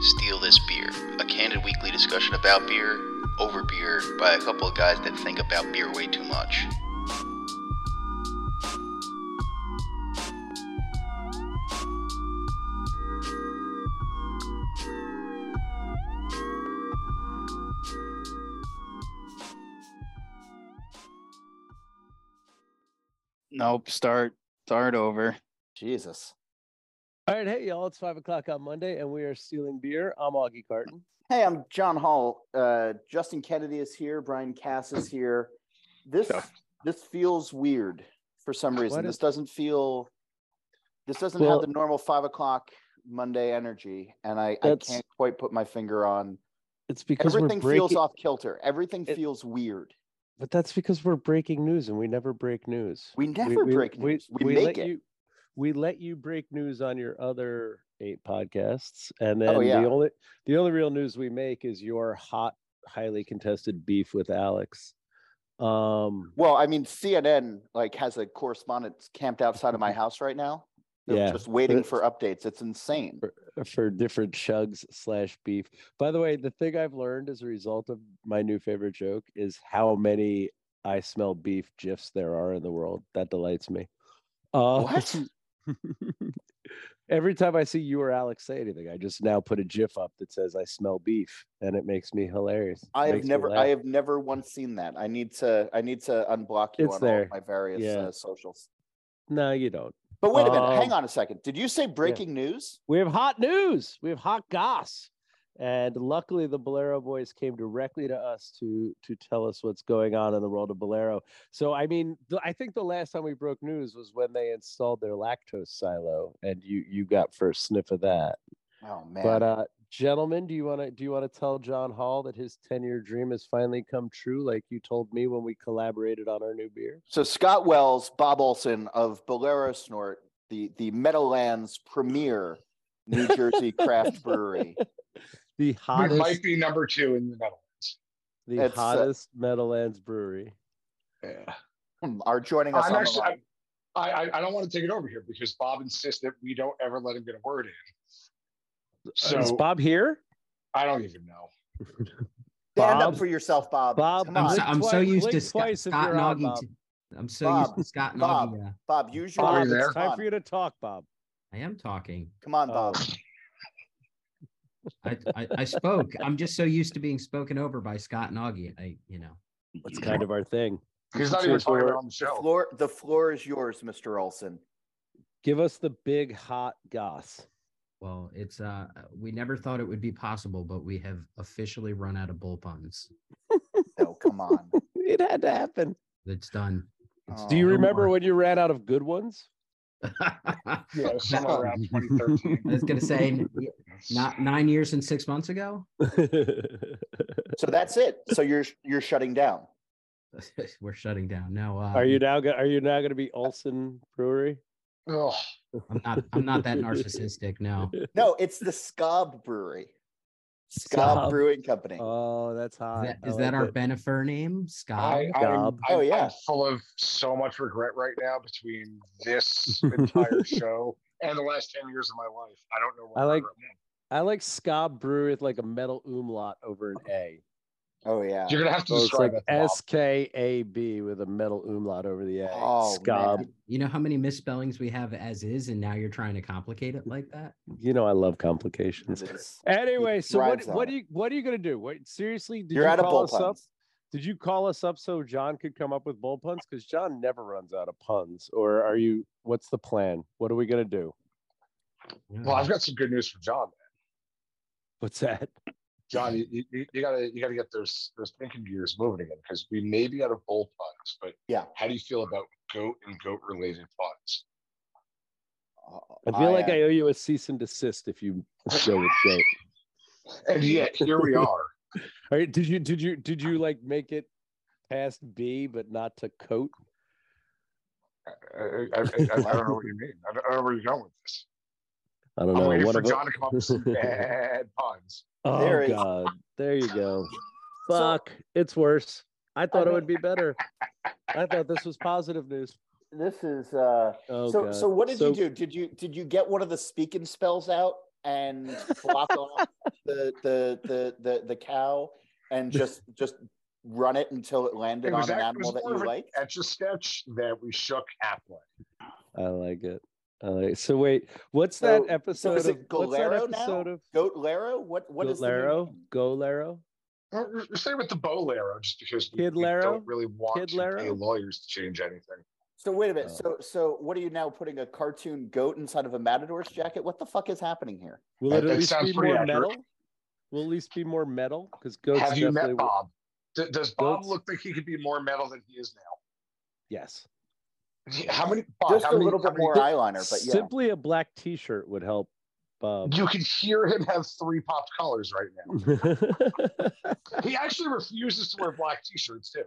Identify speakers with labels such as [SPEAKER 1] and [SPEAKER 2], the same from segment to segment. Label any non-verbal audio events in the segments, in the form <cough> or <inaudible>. [SPEAKER 1] Steal This Beer, a candid weekly discussion about beer, over beer, by a couple of guys that think about beer way too much.
[SPEAKER 2] Nope. Start. Start over.
[SPEAKER 3] Jesus.
[SPEAKER 4] All right, hey y'all, it's five o'clock on Monday, and we are stealing beer. I'm Augie Carton.
[SPEAKER 3] Hey, I'm John Hall. Uh, Justin Kennedy is here. Brian Cass is here. This
[SPEAKER 2] Yeah.
[SPEAKER 3] this feels weird for some reason.
[SPEAKER 4] What
[SPEAKER 3] this
[SPEAKER 4] is-
[SPEAKER 3] doesn't feel. This doesn't
[SPEAKER 4] Well-
[SPEAKER 3] have the normal five o'clock Monday energy, and I, I
[SPEAKER 4] That's-
[SPEAKER 3] can't quite put my finger on.
[SPEAKER 4] It's because
[SPEAKER 3] Everything
[SPEAKER 4] we're breaking,
[SPEAKER 3] feels off kilter. Everything
[SPEAKER 4] It-
[SPEAKER 3] feels weird.
[SPEAKER 4] but that's because we're breaking news, and we never break news.
[SPEAKER 3] We never break news. We, make
[SPEAKER 4] let
[SPEAKER 3] it.
[SPEAKER 4] You, we let you break news on your other eight podcasts, and then
[SPEAKER 3] Oh, yeah.
[SPEAKER 4] the only the only real news we make is your hot, highly contested beef with Alex. Um,
[SPEAKER 3] Well, I mean, CNN like has a correspondent camped outside of my house right now. They're
[SPEAKER 4] Mm-hmm. Yeah.
[SPEAKER 3] just waiting
[SPEAKER 4] It's-
[SPEAKER 3] for updates. It's insane.
[SPEAKER 4] for different chugs slash beef. By the way, the thing I've learned as a result of my new favorite joke is how many I smell beef gifs there are in the world. That delights me. Uh,
[SPEAKER 3] What?
[SPEAKER 4] <laughs> every time I see you or Alex say anything, I just now put a gif up that says I smell beef, and it makes me hilarious.
[SPEAKER 3] I have
[SPEAKER 4] Makes me
[SPEAKER 3] never, I
[SPEAKER 4] laugh.
[SPEAKER 3] have never once seen that. I need to, I need to unblock you
[SPEAKER 4] It's
[SPEAKER 3] on all
[SPEAKER 4] there.
[SPEAKER 3] of my various
[SPEAKER 4] Yeah.
[SPEAKER 3] uh, socials.
[SPEAKER 4] No, you don't.
[SPEAKER 3] But wait a minute, hang
[SPEAKER 4] Um,
[SPEAKER 3] on a second. Did you say breaking news?
[SPEAKER 4] We have hot news. We have hot goss. And luckily, the Bolero boys came directly to us to to tell us what's going on in the world of Bolero. So, I mean, the, I think the last time we broke news was when they installed their lactose silo, and you you got first sniff of that.
[SPEAKER 3] Oh man,
[SPEAKER 4] But, uh, gentlemen, do you want to do you want to tell John Hall that his ten year dream has finally come true, like you told me when we collaborated on our new beer?
[SPEAKER 3] so Scott Wells, Bob Olson of Bolero Snort, the the Meadowlands premier New
[SPEAKER 4] <laughs>
[SPEAKER 3] Jersey craft brewery.
[SPEAKER 4] The
[SPEAKER 5] We
[SPEAKER 4] hottest,
[SPEAKER 5] might be number two in the Netherlands.
[SPEAKER 4] the
[SPEAKER 3] It's, uh,
[SPEAKER 4] hottest Meadowlands brewery.
[SPEAKER 5] Yeah.
[SPEAKER 3] um, Are joining us
[SPEAKER 5] I'm
[SPEAKER 3] on
[SPEAKER 5] actually,
[SPEAKER 3] the line.
[SPEAKER 5] I, I, I don't want to take it over here because Bob insists that we don't ever let him get a word in. So
[SPEAKER 4] Is Bob here?
[SPEAKER 5] I don't even know.
[SPEAKER 3] Stand up
[SPEAKER 4] Bob-
[SPEAKER 3] for yourself, Bob.
[SPEAKER 4] Bob,
[SPEAKER 3] Come
[SPEAKER 6] I'm
[SPEAKER 3] on.
[SPEAKER 6] so, I'm so
[SPEAKER 4] Blink
[SPEAKER 6] used
[SPEAKER 4] twice-
[SPEAKER 6] to Scott,
[SPEAKER 4] blink twice if
[SPEAKER 6] Scott
[SPEAKER 4] you're on,
[SPEAKER 6] and Augie.
[SPEAKER 4] Bob.
[SPEAKER 6] t- I'm so used
[SPEAKER 3] Bob,
[SPEAKER 6] to Scott and
[SPEAKER 3] Bob.
[SPEAKER 6] Augie. now.
[SPEAKER 3] Bob, use your
[SPEAKER 5] Bob,
[SPEAKER 3] words.
[SPEAKER 5] it's there?
[SPEAKER 4] It's time
[SPEAKER 3] Come
[SPEAKER 4] for you to talk, Bob.
[SPEAKER 6] I am talking.
[SPEAKER 3] Come on, Bob.
[SPEAKER 4] Oh.
[SPEAKER 6] I, I, I spoke. I'm just so used to being spoken over by Scott and Augie. I, you know,
[SPEAKER 4] It's kind of our thing.
[SPEAKER 5] He's not
[SPEAKER 4] So
[SPEAKER 5] even
[SPEAKER 4] it's
[SPEAKER 5] talking
[SPEAKER 4] where-
[SPEAKER 5] about it on the
[SPEAKER 3] The
[SPEAKER 4] <laughs>
[SPEAKER 5] show.
[SPEAKER 3] floor, the floor is yours, Mr. Olson.
[SPEAKER 4] Give us the big hot goss.
[SPEAKER 6] well, it's uh, we never thought it would be possible, but we have officially run out of bull puns.
[SPEAKER 3] No, come on.
[SPEAKER 4] It had to happen.
[SPEAKER 6] That's done. <laughs>
[SPEAKER 4] <laughs>
[SPEAKER 6] It's
[SPEAKER 4] Do you
[SPEAKER 3] Oh,
[SPEAKER 6] no
[SPEAKER 4] remember
[SPEAKER 6] more.
[SPEAKER 4] when you ran out of good <laughs> ones?
[SPEAKER 6] I
[SPEAKER 5] Yeah, it was somewhere around 2013.
[SPEAKER 6] was gonna
[SPEAKER 4] <laughs>
[SPEAKER 6] say n- y- not nine years and six months ago. <laughs>
[SPEAKER 3] So that's it. So you're you're shutting down.
[SPEAKER 6] We're shutting down. No, uh,
[SPEAKER 4] are you now? go- Are you now going to be Olson Brewery?
[SPEAKER 5] Ugh.
[SPEAKER 6] I'm not. I'm not that narcissistic. No.
[SPEAKER 3] No, it's the Scob Brewery. Scob,
[SPEAKER 6] Scob.
[SPEAKER 3] Brewing Company.
[SPEAKER 4] Oh, that's hot.
[SPEAKER 6] Is that,
[SPEAKER 4] <laughs> I
[SPEAKER 6] is that
[SPEAKER 4] like
[SPEAKER 6] our
[SPEAKER 4] it.
[SPEAKER 6] Benifer name, Scott?
[SPEAKER 5] I, I'm,
[SPEAKER 4] Bob.
[SPEAKER 5] I'm-
[SPEAKER 3] Oh, yeah.
[SPEAKER 5] I'm full of so much regret right now between
[SPEAKER 4] <laughs>
[SPEAKER 5] this entire show and the last 10 years of my life. I don't know where
[SPEAKER 4] I
[SPEAKER 5] I
[SPEAKER 4] like-
[SPEAKER 5] like.
[SPEAKER 4] I like ska brewery with like a metal umlaut over an A.
[SPEAKER 3] oh yeah.
[SPEAKER 5] You're gonna have to
[SPEAKER 4] So it's like
[SPEAKER 5] describe it. Bob.
[SPEAKER 4] S K A B with a metal umlaut over the A.
[SPEAKER 3] Oh,
[SPEAKER 4] Ska.
[SPEAKER 3] man.
[SPEAKER 6] You know how many misspellings we have as is, and now you're trying to complicate it like that?
[SPEAKER 4] You know I love complications.
[SPEAKER 3] It is.
[SPEAKER 4] Anyway, so what?
[SPEAKER 3] thrives on
[SPEAKER 4] What are
[SPEAKER 3] it.
[SPEAKER 4] you? What are you going to do? What? Seriously? Did
[SPEAKER 3] You're
[SPEAKER 4] you
[SPEAKER 3] out of
[SPEAKER 4] call us up?
[SPEAKER 3] bullpuns.
[SPEAKER 4] Did you call us up so John could come up with bull puns? Because John never runs out of puns. Or are you? What's the plan? What are we gonna do?
[SPEAKER 5] well, I've got some good news for John.
[SPEAKER 4] What's that?
[SPEAKER 5] John, you, you, you gotta you gotta get those those thinking gears moving again because we may be out of bull puns, but
[SPEAKER 3] Yeah.
[SPEAKER 5] how do you feel about goat and goat related pods.
[SPEAKER 4] I feel like
[SPEAKER 3] uh,
[SPEAKER 4] I owe you a cease and desist if you go with goat.
[SPEAKER 5] And yet here <laughs> we are.
[SPEAKER 4] All right, did you did you did you like make it past B but not to coat?
[SPEAKER 5] I, I, I, I don't know what you mean. I don't, I don't know where you're going with this.
[SPEAKER 4] I don't
[SPEAKER 5] I'm
[SPEAKER 4] know.
[SPEAKER 5] waiting
[SPEAKER 4] One
[SPEAKER 5] for
[SPEAKER 4] of it-
[SPEAKER 5] John to come up with <laughs> some bad puns.
[SPEAKER 4] Oh
[SPEAKER 3] There is-
[SPEAKER 4] god, there you go.
[SPEAKER 3] <laughs> So-
[SPEAKER 4] Fuck, it's worse. I thought it
[SPEAKER 3] mean-
[SPEAKER 4] would be better. I thought this was positive news.
[SPEAKER 3] This is uh
[SPEAKER 4] Oh
[SPEAKER 3] so
[SPEAKER 4] god.
[SPEAKER 3] so what did
[SPEAKER 4] So-
[SPEAKER 3] you do? Did you did you get one of the speaking spells out and
[SPEAKER 4] <laughs>
[SPEAKER 3] block off the, the the the the cow and just just run it until it landed
[SPEAKER 5] It was,
[SPEAKER 3] on an
[SPEAKER 5] act- it
[SPEAKER 3] animal that
[SPEAKER 5] was more
[SPEAKER 3] you
[SPEAKER 5] of an
[SPEAKER 3] like?
[SPEAKER 5] etch a sketch that we shook halfway.
[SPEAKER 4] I like it. I like so wait, what's
[SPEAKER 3] So-
[SPEAKER 4] that
[SPEAKER 3] so
[SPEAKER 4] episode
[SPEAKER 3] is it
[SPEAKER 4] of what's that
[SPEAKER 3] Golero now?
[SPEAKER 4] episode of
[SPEAKER 3] Goat Laro? What what is the new
[SPEAKER 4] Golero?
[SPEAKER 3] name?
[SPEAKER 4] Golero?
[SPEAKER 5] Well, we're we're staying with the bolero just because we,
[SPEAKER 4] Kid
[SPEAKER 5] we
[SPEAKER 4] Laro?
[SPEAKER 5] don't really want
[SPEAKER 4] Kid
[SPEAKER 5] to pay
[SPEAKER 4] Laro?
[SPEAKER 5] lawyers to change anything.
[SPEAKER 3] So wait a minute.
[SPEAKER 4] Oh.
[SPEAKER 3] So so what are you now putting a cartoon goat inside of a matador's jacket? What the fuck is happening here?
[SPEAKER 4] Will
[SPEAKER 5] That-
[SPEAKER 4] it at
[SPEAKER 5] that
[SPEAKER 4] least
[SPEAKER 5] sounds
[SPEAKER 4] be more
[SPEAKER 5] pretty accurate.
[SPEAKER 4] metal? Will at least be more metal? Because goats
[SPEAKER 5] Have you
[SPEAKER 4] definitely
[SPEAKER 5] met
[SPEAKER 4] would-
[SPEAKER 5] Bob? D- does Bob
[SPEAKER 4] Goats-
[SPEAKER 5] look like he could be more metal than he is now?
[SPEAKER 4] Yes.
[SPEAKER 5] Yeah, How many? Bob,
[SPEAKER 3] Just
[SPEAKER 5] how
[SPEAKER 3] a
[SPEAKER 5] many-
[SPEAKER 3] little
[SPEAKER 5] how
[SPEAKER 3] bit
[SPEAKER 5] many-
[SPEAKER 3] more eyeliner, but yeah.
[SPEAKER 4] Simply a black T-shirt would help. Bob. <laughs>
[SPEAKER 5] You can hear him have three popped collars right now. He actually refuses to wear black T-shirts too.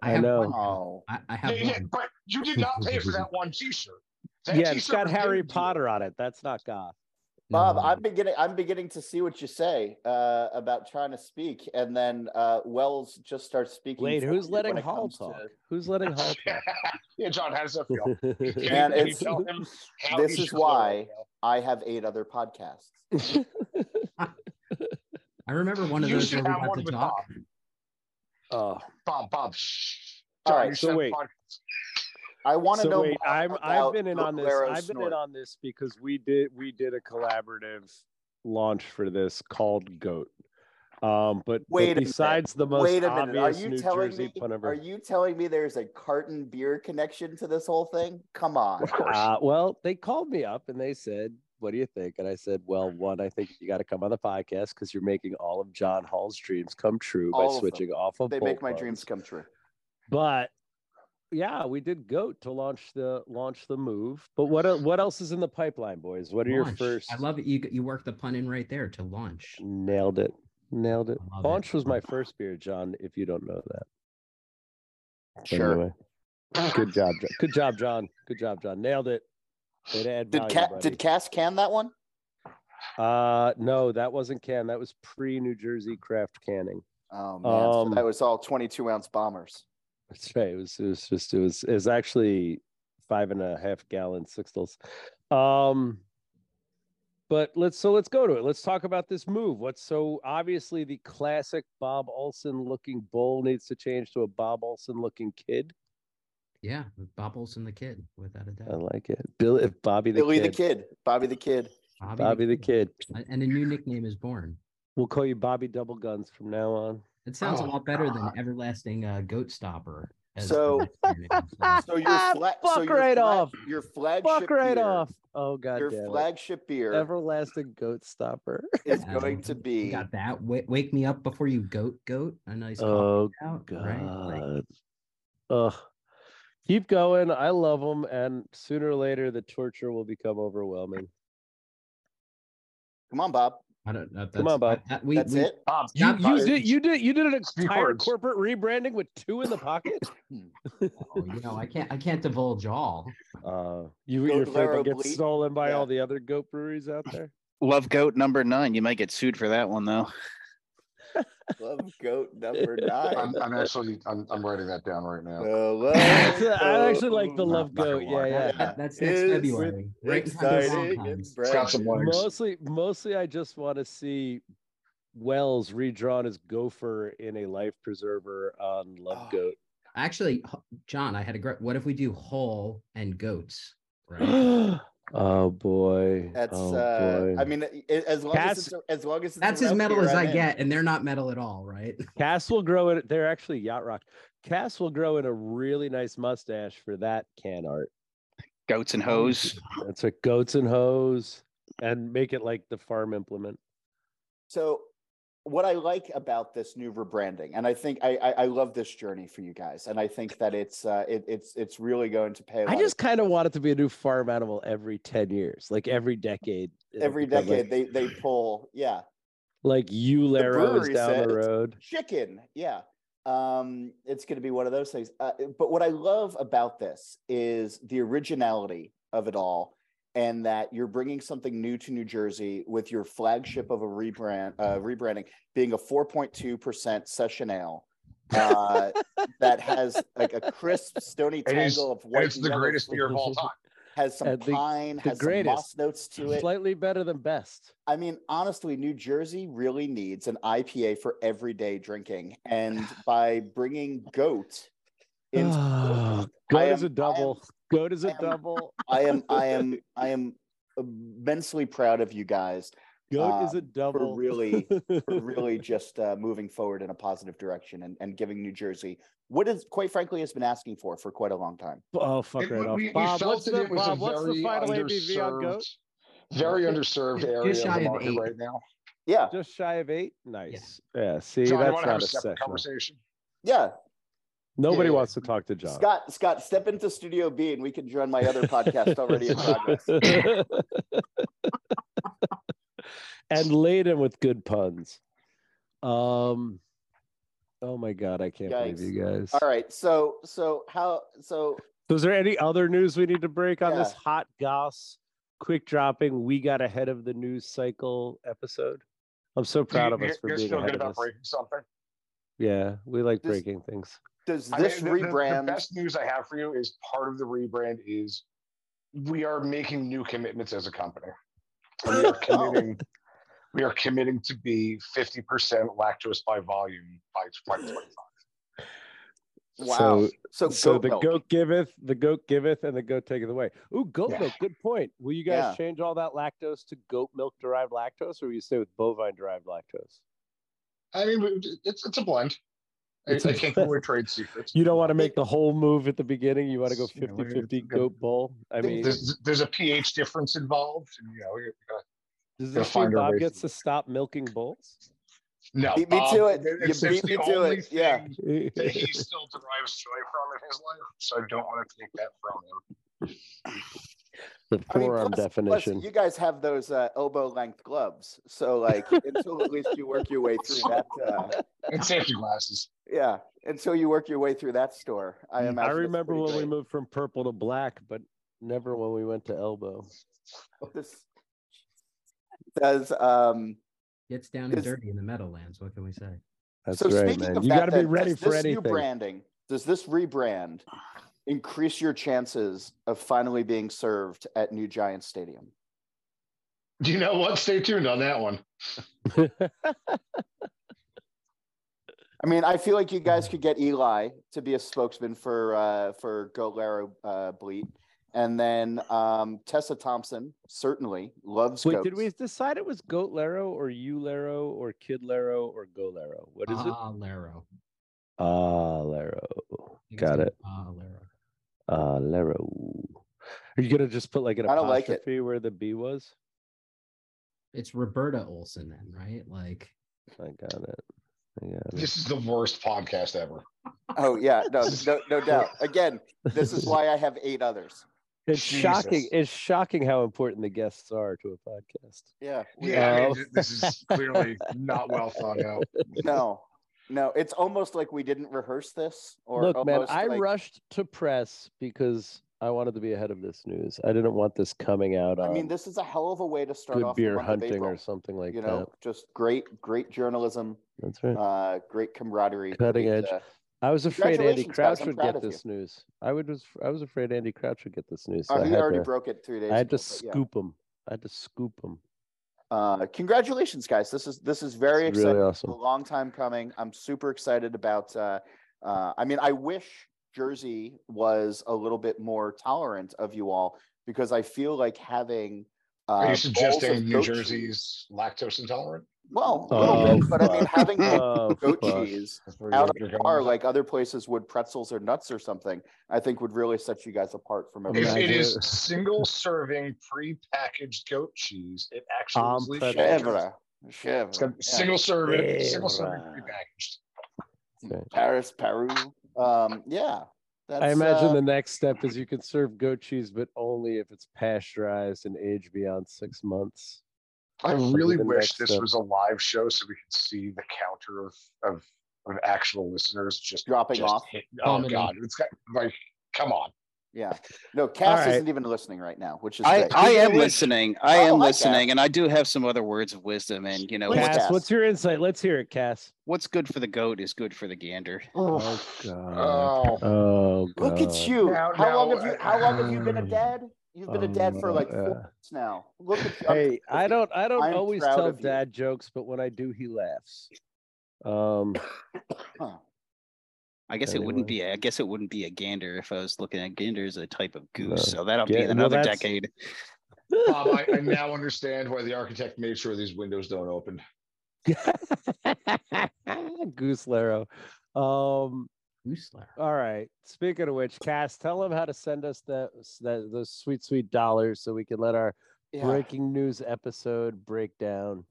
[SPEAKER 4] I
[SPEAKER 6] have
[SPEAKER 4] know.
[SPEAKER 6] one.
[SPEAKER 3] Oh.
[SPEAKER 6] I, I have
[SPEAKER 5] Yeah, yeah,
[SPEAKER 6] one.
[SPEAKER 5] but you did not pay for that one T-shirt. That
[SPEAKER 4] yeah, it's
[SPEAKER 5] t-shirt
[SPEAKER 4] got
[SPEAKER 5] was
[SPEAKER 4] Harry
[SPEAKER 5] given to you.
[SPEAKER 4] Potter on it. That's not goth.
[SPEAKER 3] Bob,
[SPEAKER 6] No.
[SPEAKER 3] I'm beginning. I'm beginning to see what you say uh, about trying to speak, and then uh, Wells just starts speaking.
[SPEAKER 4] Wait,
[SPEAKER 3] for
[SPEAKER 4] who's
[SPEAKER 3] you
[SPEAKER 4] letting
[SPEAKER 3] when it
[SPEAKER 4] Hall
[SPEAKER 3] comes
[SPEAKER 4] talk?
[SPEAKER 3] to-
[SPEAKER 4] Who's letting Hall
[SPEAKER 5] <laughs> yeah.
[SPEAKER 4] talk?
[SPEAKER 5] John, how does
[SPEAKER 4] <laughs>
[SPEAKER 5] that feel?
[SPEAKER 3] Man,
[SPEAKER 5] Can, you, can you
[SPEAKER 3] it's-
[SPEAKER 5] tell him how
[SPEAKER 3] this
[SPEAKER 5] he
[SPEAKER 3] is
[SPEAKER 5] should feel
[SPEAKER 3] why-
[SPEAKER 5] right now?
[SPEAKER 3] I have eight other podcasts.
[SPEAKER 6] I remember one of
[SPEAKER 5] You
[SPEAKER 6] those
[SPEAKER 5] should
[SPEAKER 6] where we
[SPEAKER 5] have
[SPEAKER 6] got
[SPEAKER 5] one
[SPEAKER 6] to
[SPEAKER 5] with
[SPEAKER 6] talk.
[SPEAKER 4] oh,
[SPEAKER 5] Bob, Bob. shh.
[SPEAKER 3] All
[SPEAKER 5] John,
[SPEAKER 3] right,
[SPEAKER 5] you
[SPEAKER 4] so
[SPEAKER 5] said
[SPEAKER 4] wait.
[SPEAKER 5] pod-
[SPEAKER 3] I want to
[SPEAKER 4] so
[SPEAKER 3] know.
[SPEAKER 4] wait,
[SPEAKER 3] more
[SPEAKER 4] I'm I've
[SPEAKER 3] about
[SPEAKER 4] been in
[SPEAKER 3] Goat
[SPEAKER 4] on this.
[SPEAKER 3] Laro
[SPEAKER 4] I've been in
[SPEAKER 3] Snort.
[SPEAKER 4] on this because we did we did a collaborative launch for this called Goat. Um, but, but
[SPEAKER 3] Wait a minute.
[SPEAKER 4] besides the most
[SPEAKER 3] Wait a minute. Are
[SPEAKER 4] obvious
[SPEAKER 3] you
[SPEAKER 4] New
[SPEAKER 3] telling
[SPEAKER 4] Jersey
[SPEAKER 3] me?
[SPEAKER 4] pun ever,
[SPEAKER 3] Are you telling me there's a carton beer connection to this whole thing?
[SPEAKER 4] <laughs>
[SPEAKER 3] Come on.
[SPEAKER 5] Of
[SPEAKER 4] <laughs>
[SPEAKER 5] course.
[SPEAKER 4] Uh, well, they called me up and they said, "What do you think?" And I said, "Well, one, I think you got to come on the podcast because you're making all of John Hall's dreams come true
[SPEAKER 3] All of
[SPEAKER 4] by
[SPEAKER 3] them.
[SPEAKER 4] switching off of
[SPEAKER 3] They make
[SPEAKER 4] bolt
[SPEAKER 3] my
[SPEAKER 4] puns."
[SPEAKER 3] dreams come true.
[SPEAKER 4] But yeah, we did goat to launch the launch the move. But what el- what else is in the pipeline, boys? What are your
[SPEAKER 6] Launch.
[SPEAKER 4] first?
[SPEAKER 6] I love it. You you worked the pun in right there to launch.
[SPEAKER 4] Nailed it. Nailed it.
[SPEAKER 6] I love it.
[SPEAKER 4] Launch was my first beer, John. If you don't know that, But anyway, good job, Jo- good job, John. Good job, John. Nailed it. Way to add
[SPEAKER 3] Did
[SPEAKER 4] value,
[SPEAKER 3] Ca-
[SPEAKER 4] buddy.
[SPEAKER 3] did Cass can that one?
[SPEAKER 4] Uh, no, that wasn't can. That was pre New Jersey craft canning.
[SPEAKER 3] Oh man, so
[SPEAKER 4] Um,
[SPEAKER 3] that was all 22 ounce bombers.
[SPEAKER 4] That's right. It was. It was just. It was. It was actually five and a half gallon sixtels. Um, but let's. So let's go to it. Let's talk about this move. What's so obviously the classic Bob Olson looking bull needs to change to a Bob Olson looking kid.
[SPEAKER 6] Yeah, with Bubbles and the kid, without a
[SPEAKER 4] I
[SPEAKER 6] doubt.
[SPEAKER 4] like it. Bill, if Bobby the
[SPEAKER 3] Billy
[SPEAKER 4] kid,
[SPEAKER 3] the Kid, Bobby the Kid.
[SPEAKER 4] Bobby the kid.
[SPEAKER 6] A- And a new nickname is born.
[SPEAKER 4] We'll call you Bobby Double Guns from now on.
[SPEAKER 6] It sounds a
[SPEAKER 5] Oh,
[SPEAKER 6] lot better than
[SPEAKER 5] God.
[SPEAKER 6] everlasting uh, goat stopper. the
[SPEAKER 3] So-
[SPEAKER 6] next nickname,
[SPEAKER 4] <laughs>
[SPEAKER 6] so-
[SPEAKER 3] So your
[SPEAKER 4] Ah,
[SPEAKER 3] fla- so
[SPEAKER 4] fuck
[SPEAKER 3] your
[SPEAKER 4] right
[SPEAKER 3] fla-
[SPEAKER 4] off.
[SPEAKER 3] Your flagship
[SPEAKER 4] Fuck right
[SPEAKER 3] beer,
[SPEAKER 4] off. Oh god
[SPEAKER 3] Your
[SPEAKER 4] damn it.
[SPEAKER 3] flagship beer
[SPEAKER 4] Everlasting goat stopper.
[SPEAKER 3] is
[SPEAKER 6] Yeah,
[SPEAKER 3] going
[SPEAKER 6] we-
[SPEAKER 3] to
[SPEAKER 6] we
[SPEAKER 3] be
[SPEAKER 6] got that. Wa- wake me up before you goat goat. A nice coffee
[SPEAKER 4] Oh
[SPEAKER 6] out, right? Like,
[SPEAKER 4] god. Ugh. Keep going. I love them, and sooner or later, the torture will become overwhelming.
[SPEAKER 3] Come on, Bob.
[SPEAKER 6] I don't know. if
[SPEAKER 4] Come
[SPEAKER 6] that's-
[SPEAKER 4] on, Bob.
[SPEAKER 6] I- that- we-
[SPEAKER 3] That's
[SPEAKER 6] we-
[SPEAKER 3] it.
[SPEAKER 5] Bob,
[SPEAKER 4] <laughs> You,
[SPEAKER 6] Not
[SPEAKER 4] you
[SPEAKER 6] Bob.
[SPEAKER 4] did you did you did an <laughs>
[SPEAKER 5] Speak
[SPEAKER 4] entire
[SPEAKER 5] words.
[SPEAKER 4] corporate rebranding with two in the pocket.
[SPEAKER 6] Oh, you know, I can't. I can't divulge all.
[SPEAKER 4] <laughs> Uh, you
[SPEAKER 3] Goat
[SPEAKER 4] you're afraid
[SPEAKER 3] Laro
[SPEAKER 4] they'll get
[SPEAKER 3] Bleat.
[SPEAKER 4] stolen by
[SPEAKER 3] Yeah.
[SPEAKER 4] all the other goat breweries out <laughs> there.
[SPEAKER 2] Love goat number nine. You might get sued for that one though.
[SPEAKER 3] Love goat number
[SPEAKER 4] <laughs>
[SPEAKER 3] nine.
[SPEAKER 5] I'm, I'm actually I'm, I'm writing that down right now.
[SPEAKER 3] Hello.
[SPEAKER 4] <laughs> Oh, I actually like the
[SPEAKER 5] No,
[SPEAKER 4] love
[SPEAKER 5] not gonna
[SPEAKER 4] goat. Yeah,
[SPEAKER 5] lie.
[SPEAKER 4] yeah.
[SPEAKER 6] That- that- that's next
[SPEAKER 3] It's
[SPEAKER 6] February. Right in time for
[SPEAKER 3] Exciting. and
[SPEAKER 6] Valentine's.
[SPEAKER 5] It's got some
[SPEAKER 3] brand new.
[SPEAKER 5] legs.
[SPEAKER 4] Mostly, mostly, I just want to see Wells redrawn as Gopher in a life preserver on Love
[SPEAKER 3] Oh.
[SPEAKER 4] Goat.
[SPEAKER 6] Actually, h- John, I had a great. What if we do Hall and goats?
[SPEAKER 4] <gasps>
[SPEAKER 6] Right.
[SPEAKER 4] oh boy!
[SPEAKER 3] That's
[SPEAKER 4] oh,
[SPEAKER 3] uh,
[SPEAKER 4] boy.
[SPEAKER 3] I mean, i- as long
[SPEAKER 4] Cass-
[SPEAKER 3] as it's, as long as it's
[SPEAKER 6] That's
[SPEAKER 3] a
[SPEAKER 6] as
[SPEAKER 3] route
[SPEAKER 6] metal
[SPEAKER 3] beer,
[SPEAKER 6] as
[SPEAKER 3] I'm
[SPEAKER 6] I
[SPEAKER 3] in.
[SPEAKER 6] get, and they're not metal at all, right? <laughs>
[SPEAKER 4] Cass will grow it. They're actually yacht rock. Cass will grow in a really nice mustache for that can art.
[SPEAKER 2] Goats and hoes.
[SPEAKER 4] That's like goats and hose, and make it like the farm implement.
[SPEAKER 3] So, what I like about this new rebranding, and I think I, I, I love this journey for you guys, and I think that it's uh, it, it's it's really going to pay. I
[SPEAKER 4] I just kind of want it to be a new farm animal every 10 years, like every decade. it'll
[SPEAKER 3] every
[SPEAKER 4] become, like-
[SPEAKER 3] decade they they pull yeah
[SPEAKER 4] Like you, Laro is
[SPEAKER 3] brewery
[SPEAKER 4] down
[SPEAKER 3] said
[SPEAKER 4] the
[SPEAKER 3] it's-
[SPEAKER 4] road.
[SPEAKER 3] chicken yeah um it's going to be one of those things uh, but what i love about this is the originality of it all and that you're bringing something new to new jersey with your flagship of a rebrand uh, rebranding being a 4.2% session ale
[SPEAKER 4] <laughs>
[SPEAKER 3] uh, that has like a crisp stony
[SPEAKER 5] It is-
[SPEAKER 3] tangle of
[SPEAKER 5] And
[SPEAKER 3] white
[SPEAKER 5] it's
[SPEAKER 3] and
[SPEAKER 5] the
[SPEAKER 3] yellow
[SPEAKER 5] greatest beer of
[SPEAKER 3] <laughs>
[SPEAKER 5] all time.
[SPEAKER 3] has some
[SPEAKER 4] And Uh, the-
[SPEAKER 3] pine
[SPEAKER 4] the
[SPEAKER 3] has some moss
[SPEAKER 4] greatest.
[SPEAKER 3] notes to it
[SPEAKER 4] Slightly better than best.
[SPEAKER 3] I mean, honestly, New Jersey really needs an IPA for everyday drinking.
[SPEAKER 5] <sighs>
[SPEAKER 3] And by bringing goat into
[SPEAKER 4] Ah, Goat
[SPEAKER 3] I
[SPEAKER 4] is
[SPEAKER 3] am-
[SPEAKER 4] a double. Goat is
[SPEAKER 3] I
[SPEAKER 4] a
[SPEAKER 3] am-
[SPEAKER 4] double.
[SPEAKER 3] I am
[SPEAKER 4] <laughs>
[SPEAKER 3] I am I am immensely proud of you guys
[SPEAKER 4] Goat is a
[SPEAKER 3] um,
[SPEAKER 4] double.
[SPEAKER 3] really- for
[SPEAKER 4] <laughs>
[SPEAKER 3] really just uh, moving forward in a positive direction and, and giving New Jersey what is quite frankly has been asking for for quite a long time.
[SPEAKER 4] Oh, fuck
[SPEAKER 5] It-
[SPEAKER 4] right
[SPEAKER 5] we-
[SPEAKER 4] off.
[SPEAKER 5] we
[SPEAKER 4] Bob,
[SPEAKER 5] felt
[SPEAKER 4] what's
[SPEAKER 5] that
[SPEAKER 4] the,
[SPEAKER 5] it was a
[SPEAKER 4] Bob, what's the
[SPEAKER 5] very
[SPEAKER 4] final ABV on goat?
[SPEAKER 5] underserved- Very underserved
[SPEAKER 6] Just
[SPEAKER 5] area of
[SPEAKER 6] shy
[SPEAKER 5] the
[SPEAKER 6] of
[SPEAKER 5] market
[SPEAKER 6] eight.
[SPEAKER 5] right now.
[SPEAKER 3] Yeah,
[SPEAKER 4] Just shy of eight. Nice. Yeah. see,
[SPEAKER 5] John, you
[SPEAKER 4] that's
[SPEAKER 5] want to have
[SPEAKER 4] not
[SPEAKER 5] a
[SPEAKER 4] a
[SPEAKER 5] separate
[SPEAKER 4] session.
[SPEAKER 5] conversation?
[SPEAKER 3] yeah.
[SPEAKER 4] Nobody
[SPEAKER 5] Yeah, yeah.
[SPEAKER 4] wants to talk to John.
[SPEAKER 3] Scott, Scott, step into Studio B and we can join my
[SPEAKER 4] <laughs>
[SPEAKER 3] other podcast already in progress.
[SPEAKER 4] and laden with good puns. Um. Oh my god, I can't believe
[SPEAKER 3] Yikes.
[SPEAKER 4] you guys.
[SPEAKER 3] All right. So so how so
[SPEAKER 4] So is there any other news we need to break on this
[SPEAKER 3] Yeah.
[SPEAKER 4] hot goss quick dropping? We got ahead of the news cycle episode. I'm so proud
[SPEAKER 5] You-
[SPEAKER 4] of us
[SPEAKER 5] you're-
[SPEAKER 4] for
[SPEAKER 5] you're
[SPEAKER 4] being
[SPEAKER 5] still
[SPEAKER 4] ahead
[SPEAKER 5] good
[SPEAKER 4] of
[SPEAKER 5] about
[SPEAKER 4] us.
[SPEAKER 5] breaking something.
[SPEAKER 4] Yeah, we like
[SPEAKER 3] This-
[SPEAKER 4] breaking things.
[SPEAKER 3] does
[SPEAKER 5] I mean,
[SPEAKER 3] this
[SPEAKER 5] the- the-
[SPEAKER 3] rebrand
[SPEAKER 5] The best news I have for you is part of the rebrand is we are making new commitments as a
[SPEAKER 4] <gasps>
[SPEAKER 5] company. We are
[SPEAKER 4] Oh.
[SPEAKER 5] committing. We are committing to be 50% lactose by volume by 2025.
[SPEAKER 3] Wow. So,
[SPEAKER 4] so
[SPEAKER 3] goat
[SPEAKER 4] the
[SPEAKER 3] milk.
[SPEAKER 4] goat giveth, the goat giveth, and the goat taketh away. Ooh, goat
[SPEAKER 5] Yeah.
[SPEAKER 4] milk. Good point. Will you guys
[SPEAKER 3] Yeah.
[SPEAKER 4] change all that lactose to goat milk derived lactose, or will you stay with bovine derived lactose?
[SPEAKER 5] I mean, we- it's it's a blend. I,
[SPEAKER 4] It's a
[SPEAKER 5] I can't
[SPEAKER 4] <laughs>
[SPEAKER 5] give
[SPEAKER 4] blend.
[SPEAKER 5] away trade secrets.
[SPEAKER 4] You don't want to make the whole move at the beginning. You want to go
[SPEAKER 5] Yeah, we're-
[SPEAKER 4] 50 50
[SPEAKER 5] we're-
[SPEAKER 4] goat bowl. I mean, does
[SPEAKER 5] There's, there's a pH difference involved. And, you know, you gotta- gotta
[SPEAKER 4] this mean
[SPEAKER 5] find our
[SPEAKER 4] Bob
[SPEAKER 5] way
[SPEAKER 4] gets to
[SPEAKER 5] through.
[SPEAKER 4] stop milking
[SPEAKER 3] <laughs>
[SPEAKER 4] bulls?
[SPEAKER 5] no,
[SPEAKER 3] Beat me
[SPEAKER 5] Bob,
[SPEAKER 3] to it.
[SPEAKER 5] it's-
[SPEAKER 3] You
[SPEAKER 5] it's
[SPEAKER 3] beat
[SPEAKER 5] the
[SPEAKER 3] me to
[SPEAKER 5] only
[SPEAKER 3] it. Yeah.
[SPEAKER 5] thing
[SPEAKER 4] <laughs>
[SPEAKER 5] that he
[SPEAKER 4] All
[SPEAKER 5] still derives joy from in his life. So I don't want to take that from him.
[SPEAKER 3] I mean,
[SPEAKER 4] forearm
[SPEAKER 3] plus- plus
[SPEAKER 4] um, definition.
[SPEAKER 3] you guys have those uh, elbow length gloves. So, like, until at least you work your way through that. Uh,
[SPEAKER 5] And safety glasses.
[SPEAKER 3] yeah. Until you work your way through that store. I
[SPEAKER 4] Mm, I,
[SPEAKER 3] imagine. it's
[SPEAKER 4] remember
[SPEAKER 3] pretty
[SPEAKER 4] when we
[SPEAKER 3] great.
[SPEAKER 4] moved from purple to black, but never when we went to elbow.
[SPEAKER 3] This says, um,
[SPEAKER 6] Gets down and
[SPEAKER 3] Does-
[SPEAKER 6] dirty in the Meadowlands. What can we say?
[SPEAKER 4] That's
[SPEAKER 3] so,
[SPEAKER 4] right,
[SPEAKER 3] speaking
[SPEAKER 4] man.
[SPEAKER 3] of
[SPEAKER 4] You
[SPEAKER 3] that,
[SPEAKER 4] got to be
[SPEAKER 3] then,
[SPEAKER 4] ready
[SPEAKER 3] does
[SPEAKER 4] for
[SPEAKER 3] this
[SPEAKER 4] anything.
[SPEAKER 3] New branding, does this rebrand increase your chances of finally being served at New Giant Stadium?
[SPEAKER 5] Do you know what? Stay tuned on that one.
[SPEAKER 3] I mean, I feel like you guys could get Eli to be a spokesman for uh, for Go Laro uh, Bleat, and then um, Tessa Thompson certainly loves.
[SPEAKER 4] Wait,
[SPEAKER 3] goats.
[SPEAKER 4] did we decide it was Goat Laro or You Laro or Kid Laro or Go Laro? What is it?
[SPEAKER 6] Ah, Laro.
[SPEAKER 4] Ah, Laro.
[SPEAKER 6] I think it's
[SPEAKER 4] Got
[SPEAKER 6] called
[SPEAKER 4] it.
[SPEAKER 6] Ah, Laro.
[SPEAKER 4] Ah, Laro. Are you gonna just put like an
[SPEAKER 3] I don't like it.
[SPEAKER 4] apostrophe where the B was?
[SPEAKER 6] It's Roberta Olson then, right? Like
[SPEAKER 4] I got it. I got it.
[SPEAKER 5] This is the worst podcast ever.
[SPEAKER 3] Oh yeah,
[SPEAKER 4] <laughs>
[SPEAKER 3] no, no, no doubt. Again, this is why I have eight others.
[SPEAKER 4] It's shocking.
[SPEAKER 5] Jesus.
[SPEAKER 4] It's shocking how important the guests are to a podcast.
[SPEAKER 3] Yeah, we-
[SPEAKER 5] Yeah, I mean,
[SPEAKER 4] No.
[SPEAKER 5] th- this is clearly not well thought out.
[SPEAKER 3] <laughs> no, no. It's almost like we didn't rehearse this, or
[SPEAKER 4] Look, man,
[SPEAKER 3] almost
[SPEAKER 4] I
[SPEAKER 3] like-
[SPEAKER 4] rushed to press because I wanted to be ahead of this news. I didn't want this coming out on
[SPEAKER 3] I mean, this is a hell of a way to start
[SPEAKER 4] um, good
[SPEAKER 3] off the
[SPEAKER 4] beer
[SPEAKER 3] month of
[SPEAKER 4] hunting
[SPEAKER 3] April,
[SPEAKER 4] or something like
[SPEAKER 3] you know,
[SPEAKER 4] that.
[SPEAKER 3] just great, great journalism,
[SPEAKER 4] <laughs> That's right.
[SPEAKER 3] uh, great camaraderie,
[SPEAKER 4] Cutting
[SPEAKER 3] great,
[SPEAKER 4] edge.
[SPEAKER 3] uh,
[SPEAKER 4] I was afraid Andy
[SPEAKER 3] Congratulations, guys.
[SPEAKER 4] Crouch
[SPEAKER 3] I'm
[SPEAKER 4] would
[SPEAKER 3] proud
[SPEAKER 4] get
[SPEAKER 3] of you.
[SPEAKER 4] this news. I would was I was afraid Andy Crouch would get this news. so
[SPEAKER 3] oh,
[SPEAKER 4] I
[SPEAKER 3] he
[SPEAKER 4] had
[SPEAKER 3] already
[SPEAKER 4] to,
[SPEAKER 3] broke it three days.
[SPEAKER 4] I had
[SPEAKER 3] ago,
[SPEAKER 4] to
[SPEAKER 3] but yeah.
[SPEAKER 4] scoop him. I had to scoop him.
[SPEAKER 3] uh congratulations guys this is this is very
[SPEAKER 4] It's
[SPEAKER 3] exciting
[SPEAKER 4] really
[SPEAKER 3] a
[SPEAKER 4] <laughs> awesome.
[SPEAKER 3] long time coming i'm super excited about uh uh i mean i wish jersey was a little bit more tolerant of you all because i feel like having uh
[SPEAKER 5] Are you
[SPEAKER 3] bowls of
[SPEAKER 5] suggesting New
[SPEAKER 3] goat cheese-
[SPEAKER 5] Jersey's lactose intolerant?
[SPEAKER 3] well a little
[SPEAKER 4] Oh,
[SPEAKER 3] bit but i mean
[SPEAKER 4] fuck.
[SPEAKER 3] <laughs> having bowls
[SPEAKER 4] Oh,
[SPEAKER 3] of goat
[SPEAKER 4] fuck.
[SPEAKER 3] cheese
[SPEAKER 5] That's where
[SPEAKER 3] out
[SPEAKER 5] you're-
[SPEAKER 3] of
[SPEAKER 5] you're
[SPEAKER 3] the
[SPEAKER 5] going
[SPEAKER 3] bar
[SPEAKER 5] with
[SPEAKER 3] like other places would pretzels or nuts or something i think would really set you guys apart from
[SPEAKER 5] If
[SPEAKER 3] everyone
[SPEAKER 4] Imagine
[SPEAKER 5] it is
[SPEAKER 4] it.
[SPEAKER 5] single serving pre-packaged goat cheese, it actually
[SPEAKER 4] Um,
[SPEAKER 5] is
[SPEAKER 4] but-
[SPEAKER 5] legit.
[SPEAKER 3] ever
[SPEAKER 5] It's got single serve,
[SPEAKER 4] Yeah,
[SPEAKER 5] single serve
[SPEAKER 3] right.
[SPEAKER 5] prepackaged.
[SPEAKER 3] Paris, Peru. Um, yeah. That's,
[SPEAKER 4] I imagine
[SPEAKER 3] uh,
[SPEAKER 4] the next step is you can serve goat cheese, but only if it's pasteurized and aged beyond six months.
[SPEAKER 5] I
[SPEAKER 4] That'll be
[SPEAKER 5] really
[SPEAKER 4] the
[SPEAKER 5] wish
[SPEAKER 4] next
[SPEAKER 5] this
[SPEAKER 4] step.
[SPEAKER 5] was a live show so we could see the counter of of, of actual listeners just
[SPEAKER 3] dropping
[SPEAKER 5] just
[SPEAKER 3] off.
[SPEAKER 5] hit- oh
[SPEAKER 6] Vomiting.
[SPEAKER 5] god, it's got like come on.
[SPEAKER 3] Yeah. No, Cass
[SPEAKER 4] right.
[SPEAKER 3] isn't even listening right now, which is
[SPEAKER 2] I,
[SPEAKER 3] great.
[SPEAKER 2] I
[SPEAKER 3] He's
[SPEAKER 2] am
[SPEAKER 3] gonna be-
[SPEAKER 2] listening. I
[SPEAKER 3] Oh,
[SPEAKER 2] am
[SPEAKER 3] hi,
[SPEAKER 2] listening, and I do have some other words of wisdom. And you know,
[SPEAKER 3] Please.
[SPEAKER 2] what's,
[SPEAKER 4] Cass,
[SPEAKER 3] Cass.
[SPEAKER 4] what's your insight? Let's hear it, Cass.
[SPEAKER 2] what's good for the goat is good for the gander.
[SPEAKER 4] Oh God.
[SPEAKER 5] Oh,
[SPEAKER 4] Oh God.
[SPEAKER 3] uh, Look at you.
[SPEAKER 5] Now-
[SPEAKER 3] how long
[SPEAKER 5] now,
[SPEAKER 3] have you
[SPEAKER 5] uh,
[SPEAKER 3] how long have you been a
[SPEAKER 4] um,
[SPEAKER 3] dad? You've been a dad for like
[SPEAKER 4] um,
[SPEAKER 3] four
[SPEAKER 4] uh,
[SPEAKER 3] months now. Look at you. I'm
[SPEAKER 4] Hey,
[SPEAKER 3] proud of
[SPEAKER 4] I
[SPEAKER 3] you.
[SPEAKER 4] don't I don't
[SPEAKER 3] I'm
[SPEAKER 4] always
[SPEAKER 3] proud
[SPEAKER 4] tell
[SPEAKER 3] of you.
[SPEAKER 4] dad jokes, but when I do, he laughs. Um
[SPEAKER 2] I guess it wouldn't
[SPEAKER 4] Anyway.
[SPEAKER 2] be. I guess it wouldn't be a gander if I was looking at gander as a type of goose. So that'll
[SPEAKER 4] Yeah,
[SPEAKER 2] be
[SPEAKER 4] well,
[SPEAKER 2] another
[SPEAKER 4] that's-
[SPEAKER 2] decade.
[SPEAKER 5] <laughs> Bob, I, <laughs>
[SPEAKER 4] <laughs>
[SPEAKER 5] I now understand why the architect made sure these windows don't open.
[SPEAKER 4] <laughs> Goose Laro. Um
[SPEAKER 6] Goosler.
[SPEAKER 4] All right. Speaking of which, Cass, tell them how to send us that, that those sweet, sweet dollars so we can let our
[SPEAKER 3] Yeah.
[SPEAKER 4] breaking news episode break down.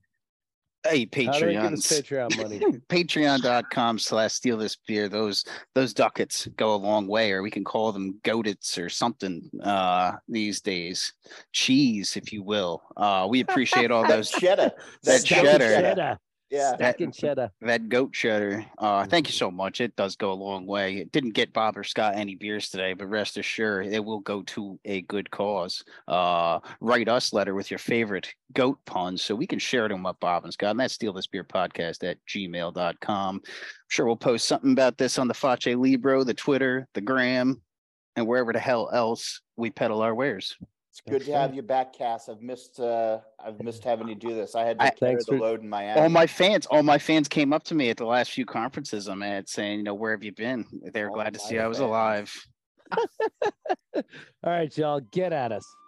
[SPEAKER 2] Hey,
[SPEAKER 4] How do they get us Patreon
[SPEAKER 2] Patreons.
[SPEAKER 4] money?
[SPEAKER 2] Patreon.com slash steal this beer. Those those ducats go a long way, or we can call them goatits or something uh these days. Cheese, if you will. Uh we appreciate all those
[SPEAKER 3] cheddar.
[SPEAKER 2] <laughs> <laughs> That
[SPEAKER 4] Stack and
[SPEAKER 2] cheddar.
[SPEAKER 3] Yeah.
[SPEAKER 4] Stack and cheddar.
[SPEAKER 2] that goat cheddar. Uh thank you
[SPEAKER 3] Mm.
[SPEAKER 2] so much. It does go a long way. It didn't get Bob or Scott any beers today, but rest assured it will go to a good cause. Uh write us letter with your favorite goat puns so we can share them up, Bob and Scott. And that's steal this beer podcast at gmail.com. I'm sure we'll post something about this on the Face Libro, the Twitter, the Gram, and wherever the hell else we peddle our wares.
[SPEAKER 3] It's good to have you back, Cass. I've missed uh I've missed having you do this. I had to
[SPEAKER 2] I-
[SPEAKER 3] carry
[SPEAKER 4] Thanks
[SPEAKER 3] the
[SPEAKER 4] for-
[SPEAKER 3] load in Miami.
[SPEAKER 2] all my fans, all my fans came up to me at the last few conferences I'm at saying, you know, where have you been? They were
[SPEAKER 3] All
[SPEAKER 2] glad to
[SPEAKER 3] my
[SPEAKER 2] see I was
[SPEAKER 3] fans.
[SPEAKER 2] alive.
[SPEAKER 4] All right, y'all, get at us.